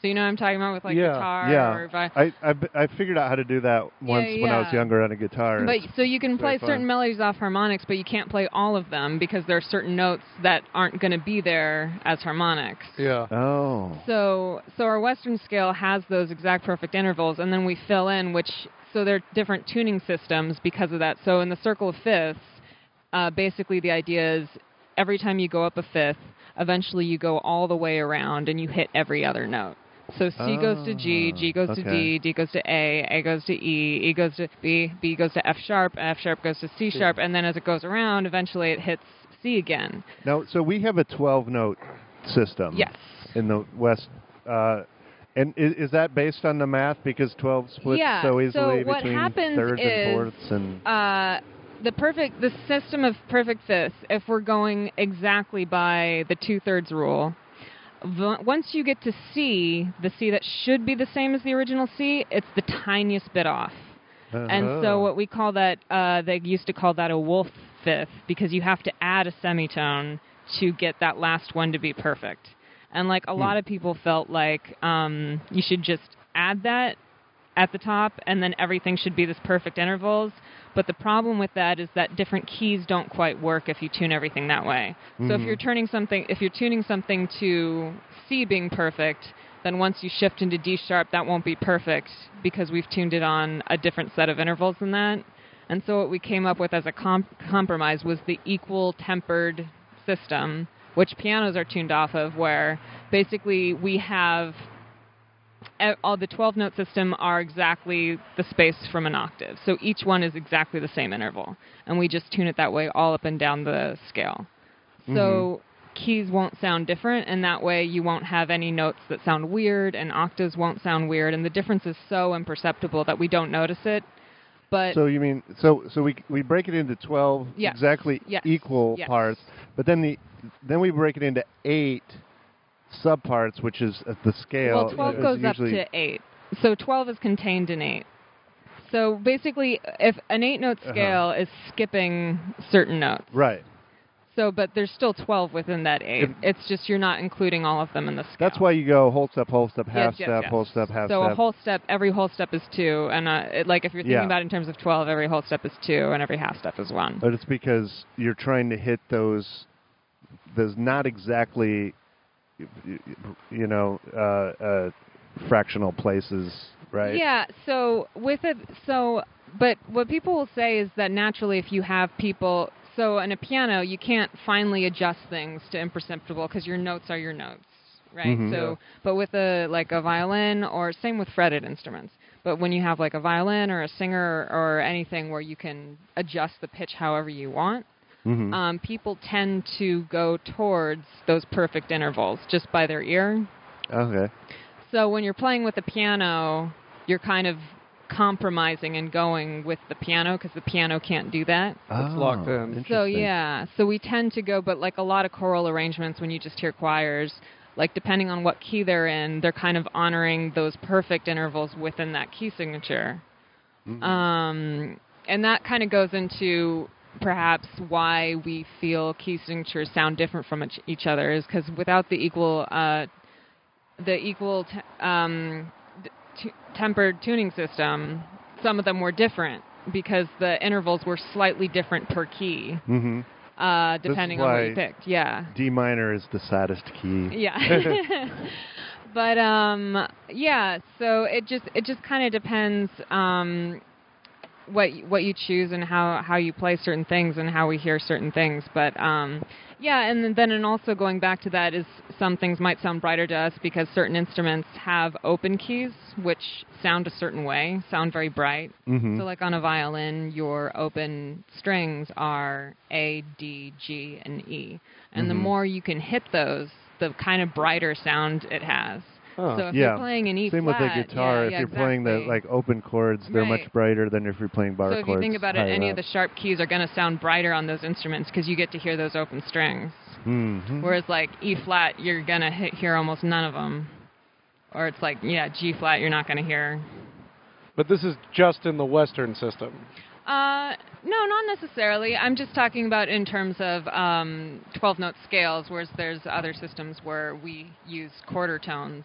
So you know what I'm talking about with like Yeah, guitar yeah. or vi- I, I b- I figured out how to do that once when I was yeah. younger on a guitar. But It's- so you can very play fun. certain melodies off harmonics, but you can't play all of them because there are certain notes that aren't going to be there as harmonics. Yeah. oh. So so our Western scale has those exact perfect intervals, and then we fill in which so they're different tuning systems because of that. So in the circle of fifths, uh, basically the idea is every time you go up a fifth, eventually you go all the way around and you hit every other note. So C goes to G, G goes to okay. D, D goes to A, A goes to E, E goes to B, B goes to F sharp, F sharp goes to C sharp, and then as it goes around, eventually it hits C again. Now, so we have a 12 note system. Yes. In the West. Uh, and is, is that based on the math? Because 12 splits Yeah, so so easily what between happens thirds and is, fourths and. Uh, the perfect, the system of perfect fifths. If we're going exactly by the two thirds rule, v- once you get to C, the C that should be the same as the original C, it's the tiniest bit off. uh-huh. And Oh. so what we call that, uh, they used to call that a wolf fifth because you have to add a semitone to get that last one to be perfect. And like a Hmm. lot of people felt like um, you should just add that at the top and then everything should be this perfect intervals. But the problem with that is that different keys don't quite work if you tune everything that way. So if you're turning something if you're tuning something to C being perfect, then once you shift into D sharp that won't be perfect because we've tuned it on a different set of intervals than that. And so what we came up with as a comp- compromise was the equal tempered system, which pianos are tuned off of where basically we have e- all the 12 note system are exactly the space from an octave. So each one is exactly the same interval. And we just tune it that way all up and down the scale. So Mm-hmm. keys won't sound different, and that way you won't have any notes that sound weird, and octaves won't sound weird. And the difference is so imperceptible that we don't notice it. But So you mean so so we we break it into twelve Yes. exactly Yes. equal Yes. parts, but then the then we break it into eight subparts, which is at the scale. Well, 12 is goes up usually- to 8. So 12 is contained in 8. So basically, if an 8 note Uh-huh. scale is skipping certain notes, right. so but there's still 12 within that 8. If- it's just you're not including all of them in the scale. That's why you go whole step, whole step, half yes, step, yes. whole step, half so step. a whole step, every whole step is 2. And uh, it, like if you're thinking Yeah. about it in terms of 12, every whole step is 2, and every half step is 1. but it's because you're trying to hit those those not exactly you know uh, uh, fractional places, right? Yeah. So with it, so but what people will say is that naturally, if you have people, so in a piano, you can't finally adjust things to imperceptible because your notes are your notes, right? So, but with a like a violin or same with fretted instruments. But when you have like a violin or a singer or anything where you can adjust the pitch however you want, um, people tend to go towards those perfect intervals just by their ear. Okay. So when you're playing with the piano, you're kind of compromising and going with the piano because the piano can't do that. It's locked in. So yeah, so we tend to go, but like a lot of choral arrangements, when you just hear choirs, like depending on what key they're in, they're kind of honoring those perfect intervals within that key signature. Um, and that kind of goes into perhaps why we feel key signatures sound different from each- each other is because without the equal uh, the equal t- um, d- t- tempered tuning system, some of them were different because the intervals were slightly different per key, hmm uh, depending on what you why- picked. Yeah, D minor is the saddest key. yeah. but um, yeah, so it just it just kind of depends um, what y- what you choose and how how you play certain things and how we hear certain things. But um, yeah, and then and also going back to that is some things might sound brighter to us because certain instruments have open keys which sound a certain way, sound very bright. Mm-hmm. So like on a violin, your open strings are A, D, G, and E, and Mm-hmm. the more you can hit those, the kind of brighter sound it has. So if Yeah. you're playing an E Same flat, with the guitar. yeah, if yeah, you're playing the exactly. like open chords, they're much Right. brighter than if you're playing bar So if chords. you think about it, higher any of up. the sharp keys are going to sound brighter on those instruments because you get to hear those open strings. Mhm. Whereas like E flat, you're going to hit, hear almost none of them. Or it's like yeah, G flat, you're not going to hear. But this is just in the Western system. Uh, no, not necessarily. I'm just talking about in terms of um, 12 note scales, whereas there's other systems where we use quarter tones.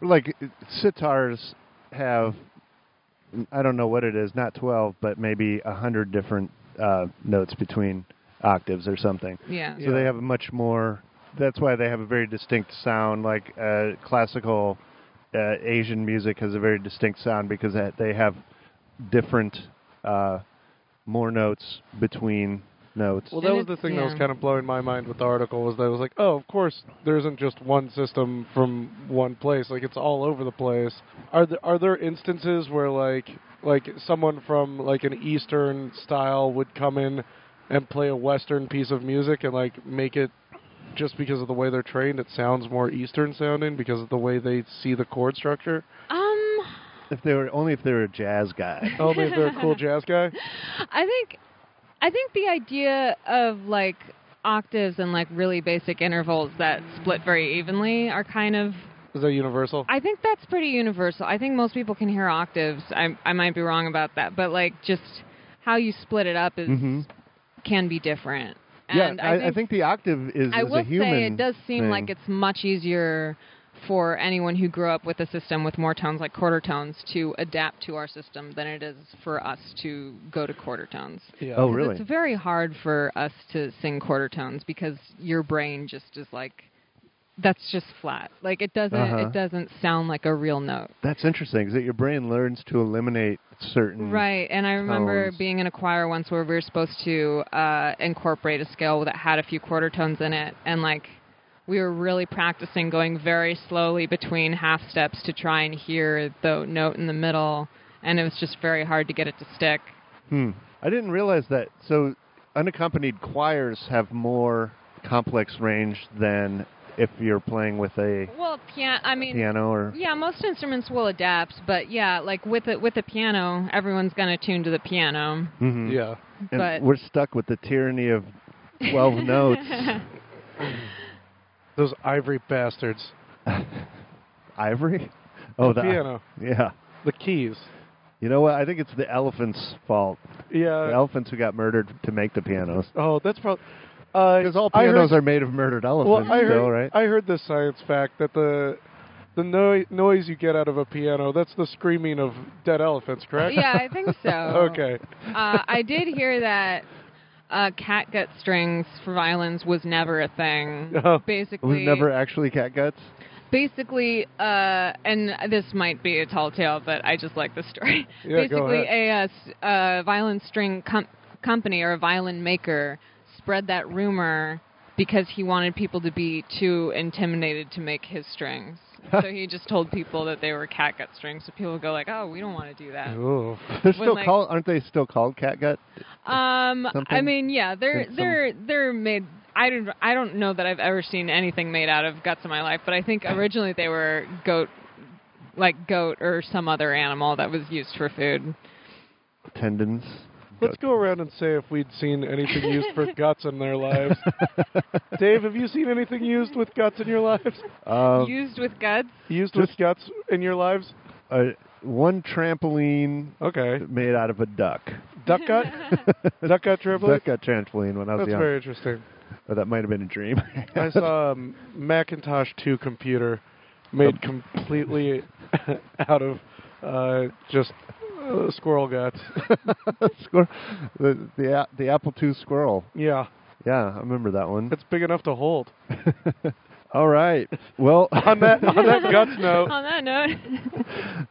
like uh, sitars have I don't know what it is, not 12, but maybe 100 different uh, notes between octaves or something. Yeah. So they have a much more that's why they have a very distinct sound like uh, classical uh, Asian music has a very distinct sound because that- they have different uh, more notes between notes. Well, that And was the it's- thing that was yeah. kind of blowing my mind with the article was that it was like, oh, of course, there isn't just one system from one place. Like it's all over the place. Are there are there instances where like like someone from like an Eastern style would come in and play a Western piece of music and like make it just because of the way they're trained, it sounds more Eastern sounding because of the way they see the chord structure. Um, if they were only if they were a jazz guy. Only if they're a Oh, cool jazz guy. I think I think the idea of like octaves and like really basic intervals that split very evenly are kind of Is that universal? I think that's pretty universal. I think most people can hear octaves. I I might be wrong about that, but like just how you split it up is Mhm. can be different. yeah, and I, I think the octave is, I is will a human. say it does seem thing. like it's much easier for anyone who grew up with a system with more tones like quarter tones to adapt to our system than it is for us to go to quarter tones. Yeah. Oh, 'Cause really? It's very hard for us to sing quarter tones because your brain just is like that's just flat. Like it doesn't Uh-huh. it doesn't sound like a real note. That's interesting because your brain learns to eliminate certain. Right, and I remember Mm. Tones. being in a choir once where we were supposed to uh, incorporate a scale that had a few quarter tones in it, and like we were really practicing going very slowly between half steps to try and hear the note in the middle, and it was just very hard to get it to stick. Hmm. I didn't realize that. So unaccompanied choirs have more complex range than if you're playing with a Well, pian- I mean, piano or. yeah, most instruments will adapt, but yeah, like with the, with the piano, everyone's gonna tune to the piano. Mhm. Yeah. And but- we're stuck with the tyranny of twelve notes. Those ivory bastards. Ivory. Oh, the Piano. Yeah. The keys. You know what? I think it's the elephants' fault. Yeah. the elephants who got murdered to make the pianos. Oh, that's probably uh, Because all I heard- pianos are made of murdered Well, elephants, I heard, though, right? I heard this science fact that the the noi- noise you get out of a piano that's the screaming of dead elephants, correct? yeah, I think so. Okay. uh, I did hear that uh, catgut strings for violins was never a thing. Oh. It Basically, was never actually cat guts. Basically, uh, and this might be a tall tale, but I just like the story. Yeah, go basically, a uh, s- uh, violin string com- company or a violin maker spread that rumor because he wanted people to be too intimidated to make his strings. so he just told people that they were catgut strings. So people would go like, "Oh, we don't want to do that." Oof. They're still like- called, aren't they? Still called cat gut? Um, I Something? mean, yeah, they're Think some- they're they're made. I don't I don't know that I've ever seen anything made out of guts in my life, but I think originally they were goat, like goat or some other animal that was used for food. Tendons. Let's go around and say if we'd seen anything used for guts in their lives. Dave, have you seen anything used with guts in your lives? Um, used with guts. Used with Just- guts in your lives? uh, one trampoline Okay. made out of a duck. Duck gut? Duck gut Duck triplet? got trampoline when I was That's young. very interesting. Or that might have been a dream. I saw a um, Macintosh 2 computer made completely out of uh, just uh, squirrel guts. Squir- the, the a- the Apple II squirrel. yeah, Yeah, I remember that one. it's big enough to hold. All right. Well, On that, on that guts Oh. note, On that note,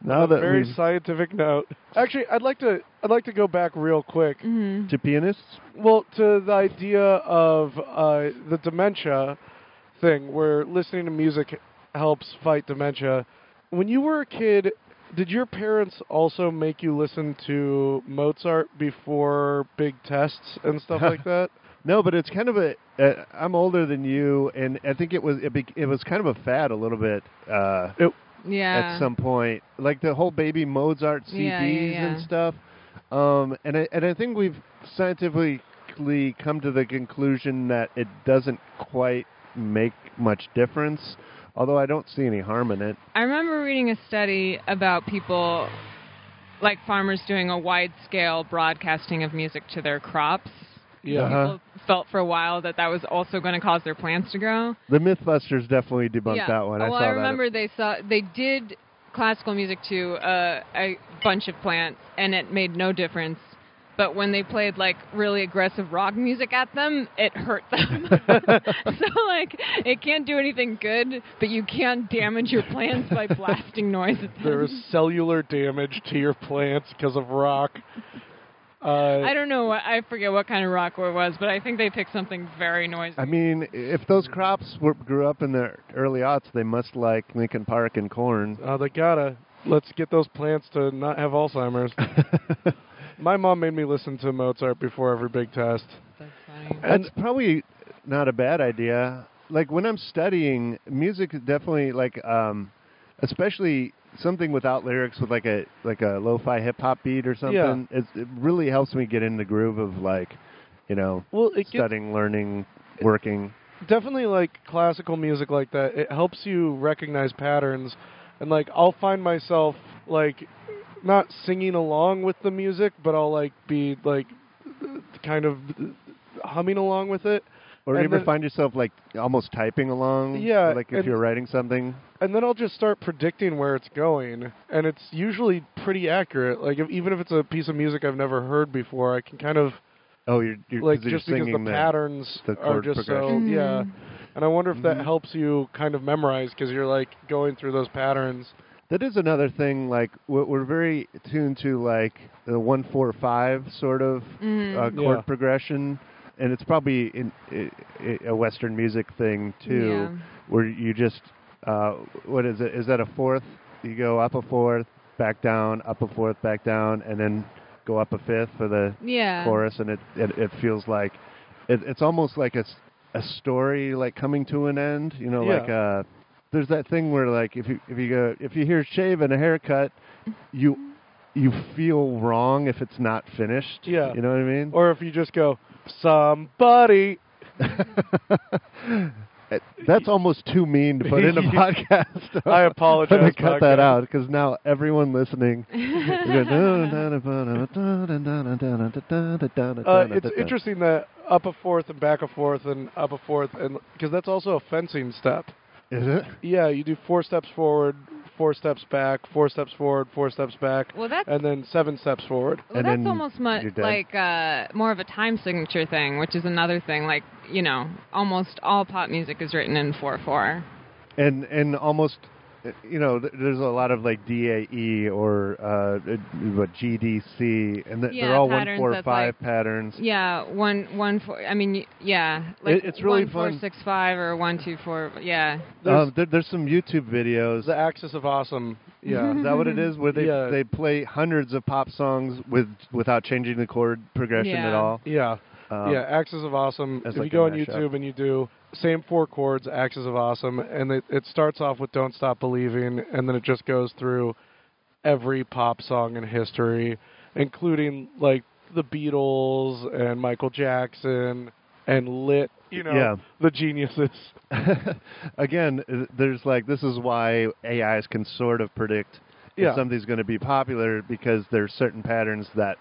now that very we've scientific note. Actually, I'd like to I'd like to go back real quick. to pianists, Well, to the idea of uh, the dementia thing, where listening to music helps fight dementia. When you were a kid, did your parents also make you listen to Mozart before big tests and stuff like that? No, but it's kind of a. Uh, I'm older than you, and I think it was it, be, it was kind of a fad a little bit uh, yeah. at some point, like the whole baby Mozart CDs Yeah, yeah, yeah. and stuff. Um, and I, and I think we've scientifically come to the conclusion that it doesn't quite make much difference. Although I don't see any harm in it. I remember reading a study about people, like farmers, doing a wide scale broadcasting of music to their crops. Yeah. Uh-huh. People felt for a while that that was also going to cause their plants to grow. The MythBusters definitely debunked yeah. that one. I well, saw I remember they saw they did classical music to uh, a bunch of plants, and it made no difference. But when they played like really aggressive rock music at them, it hurt them. so like it can't do anything good, but you can damage your plants by blasting noise at them. There is cellular damage to your plants because of rock. Uh, I don't know. What, I forget what kind of rock it was, but I think they picked something very noisy. I mean, if those crops were, grew up in the early aughts, they must like Lincoln Park and corn. uh, they gotta. Let's get those plants to not have Alzheimer's. My mom made me listen to Mozart before every big test. That's funny. That's probably not a bad idea. Like when I'm studying music, is definitely like, um, especially something without lyrics, with like a like a lo-fi hip hop beat or something. It's, it really helps me get in the groove of like, you know, Well, it gets studying, learning, working. definitely like classical music like that it helps you recognize patterns and like i'll find myself like not singing along with the music but i'll like be like kind of humming along with it Or And ever the- find yourself like almost typing along? Yeah, Like if and- you're writing something. and then i'll just start predicting where it's going and it's usually pretty accurate like if, even if it's a piece of music i've never heard before i can kind of Oh, you're, you're like 'cause you're just because the singing patterns the are chord just so progression. Mm-hmm. yeah and i wonder if that helps you kind of memorize because you're like going through those patterns That is another thing. Like we're we're very tuned to like the one four five sort of uh, chord Yeah. progression, and it's probably in, i i a Western music thing too, Yeah. where you just uh, what is it? Is that a fourth? You go up a fourth, back down, up a fourth, back down, and then go up a fifth for the Yeah. chorus, and it it, it feels like it, it's almost like a s- a story like coming to an end. You know, Yeah. like uh, there's that thing where like if you if you go if you hear shave and a haircut, you you feel wrong if it's not finished. Yeah. you know what I mean. or if you just go somebody It- That's almost too mean to put in a podcast. I apologize, I'm gonna cut that podcast. out because now everyone listening. is going, uh, it's interesting that up a fourth and back a fourth and up a fourth and because that's also a fencing step Is it? yeah you do four steps forward four steps back four steps forward four steps back Well, that's and then seven steps forward Well, and that's then almost much you're dead. like uh, more of a time signature thing, which is another thing. Like you know, almost all pop music is written in four four. and and almost you know th- there's a lot of like DAE or uh, what GDC and th- Yeah, they're all one patterns four that's five like- patterns. Um, Yeah, one one four. I mean, y- yeah, like It- it's really one, four, fun. six, five, or one two four. Yeah, There's Um, there, there's some YouTube videos. the axis of awesome yeah is that what it is? Where they Yeah. they play hundreds of pop songs with without changing the chord progression at Yeah. all. yeah Um, yeah, Axis of Awesome. That's If like you go a on mashup. YouTube and you do same four chords, Axis of Awesome, and it, it starts off with Don't Stop Believing, and then it just goes through every pop song in history, including like the Beatles and Michael Jackson and Lit, you know, Yeah. the geniuses. Again, uh, there's like this is why AIs can sort of predict Yeah. if something's going to be popular because there's certain patterns that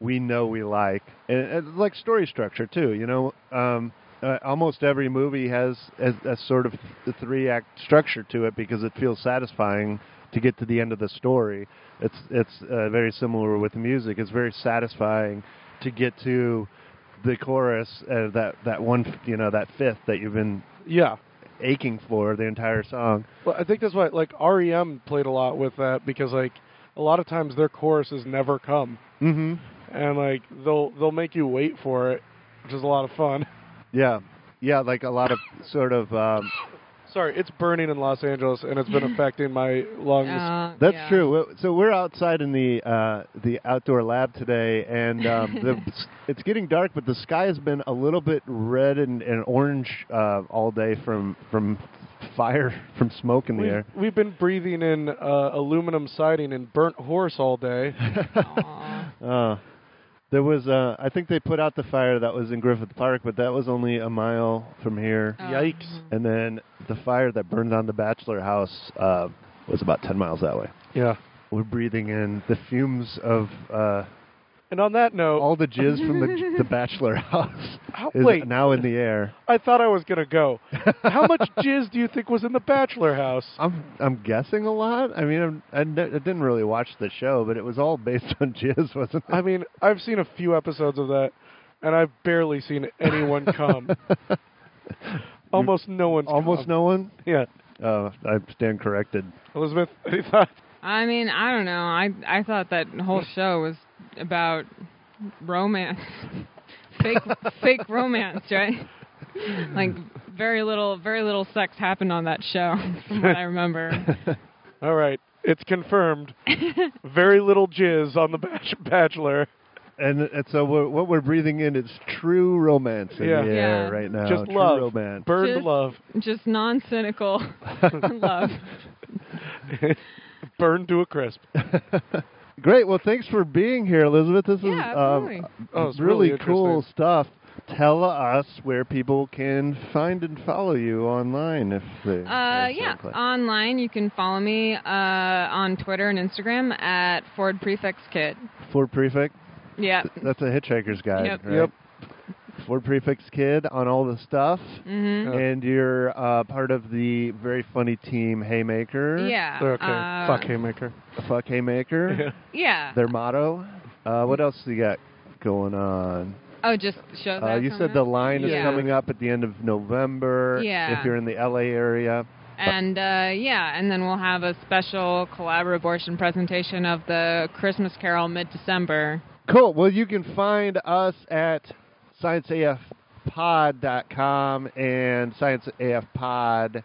we know we like, and, and like story structure too. You know, um, uh, almost every movie has a, a sort of th- three act structure to it because it feels satisfying to get to the end of the story. It's it's uh, very similar with music. It's very satisfying to get to the chorus uh, that that one f- you know that fifth that you've been Yeah. aching for the entire song. Well, I think that's why like REM played a lot with that because like a lot of times their choruses never come, Mm-hmm. and like they'll they'll make you wait for it, which is a lot of fun. Yeah, yeah, like a lot of sort of. Um, Sorry, it's burning in Los Angeles, and it's been affecting my lungs. Uh, that's yeah. true. So we're outside in the uh, the outdoor lab today, and um, the, it's getting dark, but the sky has been a little bit red and, and orange uh, all day from from fire from smoke in the we've, air. we've been breathing in uh, aluminum siding and burnt horse all day. Aw. Uh, there was, uh, I think they put out the fire that was in Griffith Park, but that was only a mile from here. Oh. Yikes! And then the fire that burned down the bachelor house uh, was about 10 miles that way. Yeah. We're breathing in the fumes of uh, And on that note, all the jizz from the, the bachelor house How- is Oh, wait. now in the air. I thought I was gonna go. How much jizz do you think was in the bachelor house? I'm I'm guessing a lot. I mean, I'm, I, ne- I didn't really watch the show, but it was all based on jizz, wasn't it? I mean, I've seen a few episodes of that, and I've barely seen anyone come. Almost no one's Almost come. no one. Yeah, Uh, I stand corrected. Elizabeth, any thoughts? I mean, I don't know. I I thought that whole show was about romance, fake fake romance, right? Like very little very little sex happened on that show, from what I remember. All right, it's confirmed. Very little jizz on the Bach- Bachelor. And, and so we're, what we're breathing in is true romance in Yeah. the air Yeah. right now. Just true love. romance. Burned Just- love. Just non cynical love. Burned to a crisp. Great. Well, thanks for being here, Elizabeth. This Yeah, is um, absolutely. Oh, it's really, really cool interesting. stuff. Tell us where people can find and follow you online if they. Uh, if they yeah, apply. online you can follow me uh, on Twitter and Instagram at Ford Prefix Kid. Ford Prefect. Yeah, That's a Hitchhiker's Guide. um, Yep. Right? Ford Prefix Kid on all the stuff, hmm and you're uh, part of the very funny team Haymaker. yeah. They're okay. uh, Fuck Haymaker. Fuck Haymaker. Yeah. Their motto. Uh, what else you got going on? Oh, just show that. Uh, you said coming the up? line is Yeah. coming up at the end of November. Yeah. If you're in the LA area. And uh, yeah, and then we'll have a special collaboration presentation of the Christmas Carol mid December. Cool. Well, you can find us at scienceafpod.com and scienceafpod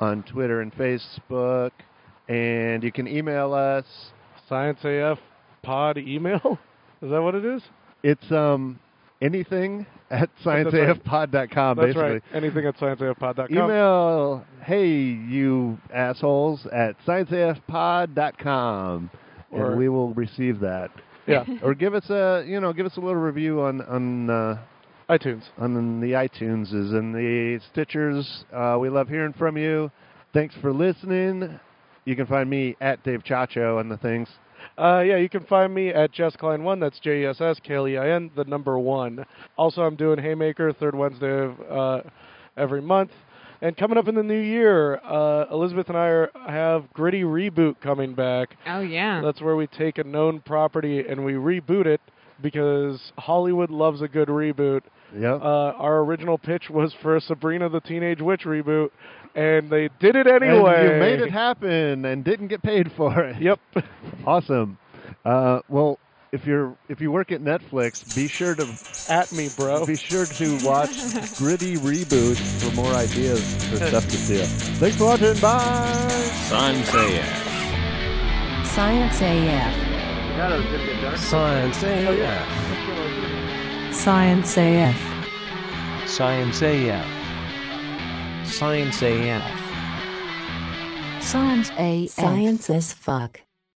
on Twitter and Facebook. And you can email us. Science AF pod email? Is that what it is? It's um anything at scienceafpod.com, That's Uh, basically. right. Anything at scienceafpod.com. Email, hey, you assholes, at scienceafpod.com, Or- and we will receive that. Yeah. or give us a, you know, give us a little review on on uh, iTunes. on the iTunes and the Stitchers. Uh, we love hearing from you. Thanks for listening. You can find me at Dave Chacho on the things. Uh, yeah, you can find me at Jess Klein One. That's J E S S K L E I N, the number one. Also, I'm doing Haymaker third Wednesday of uh, every month. And coming up in the new year, uh, Elizabeth and I are, have Gritty Reboot coming back. Oh yeah. That's where we take a known property and we reboot it because Hollywood loves a good reboot. Yep. Uh, our original pitch was for a Sabrina the Teenage Witch reboot, and they did it anyway. And you made it happen and didn't get paid for it. Yep. Awesome. Uh, well, if you're if you work at Netflix, be sure to At me, bro. be sure to watch Gritty Reboot for more ideas for stuff to steal. Thanks for watching. Bye. Science AF. Science AF. Science AF. Science AF. Science AF. Science AF. Science AF. Science as fuck.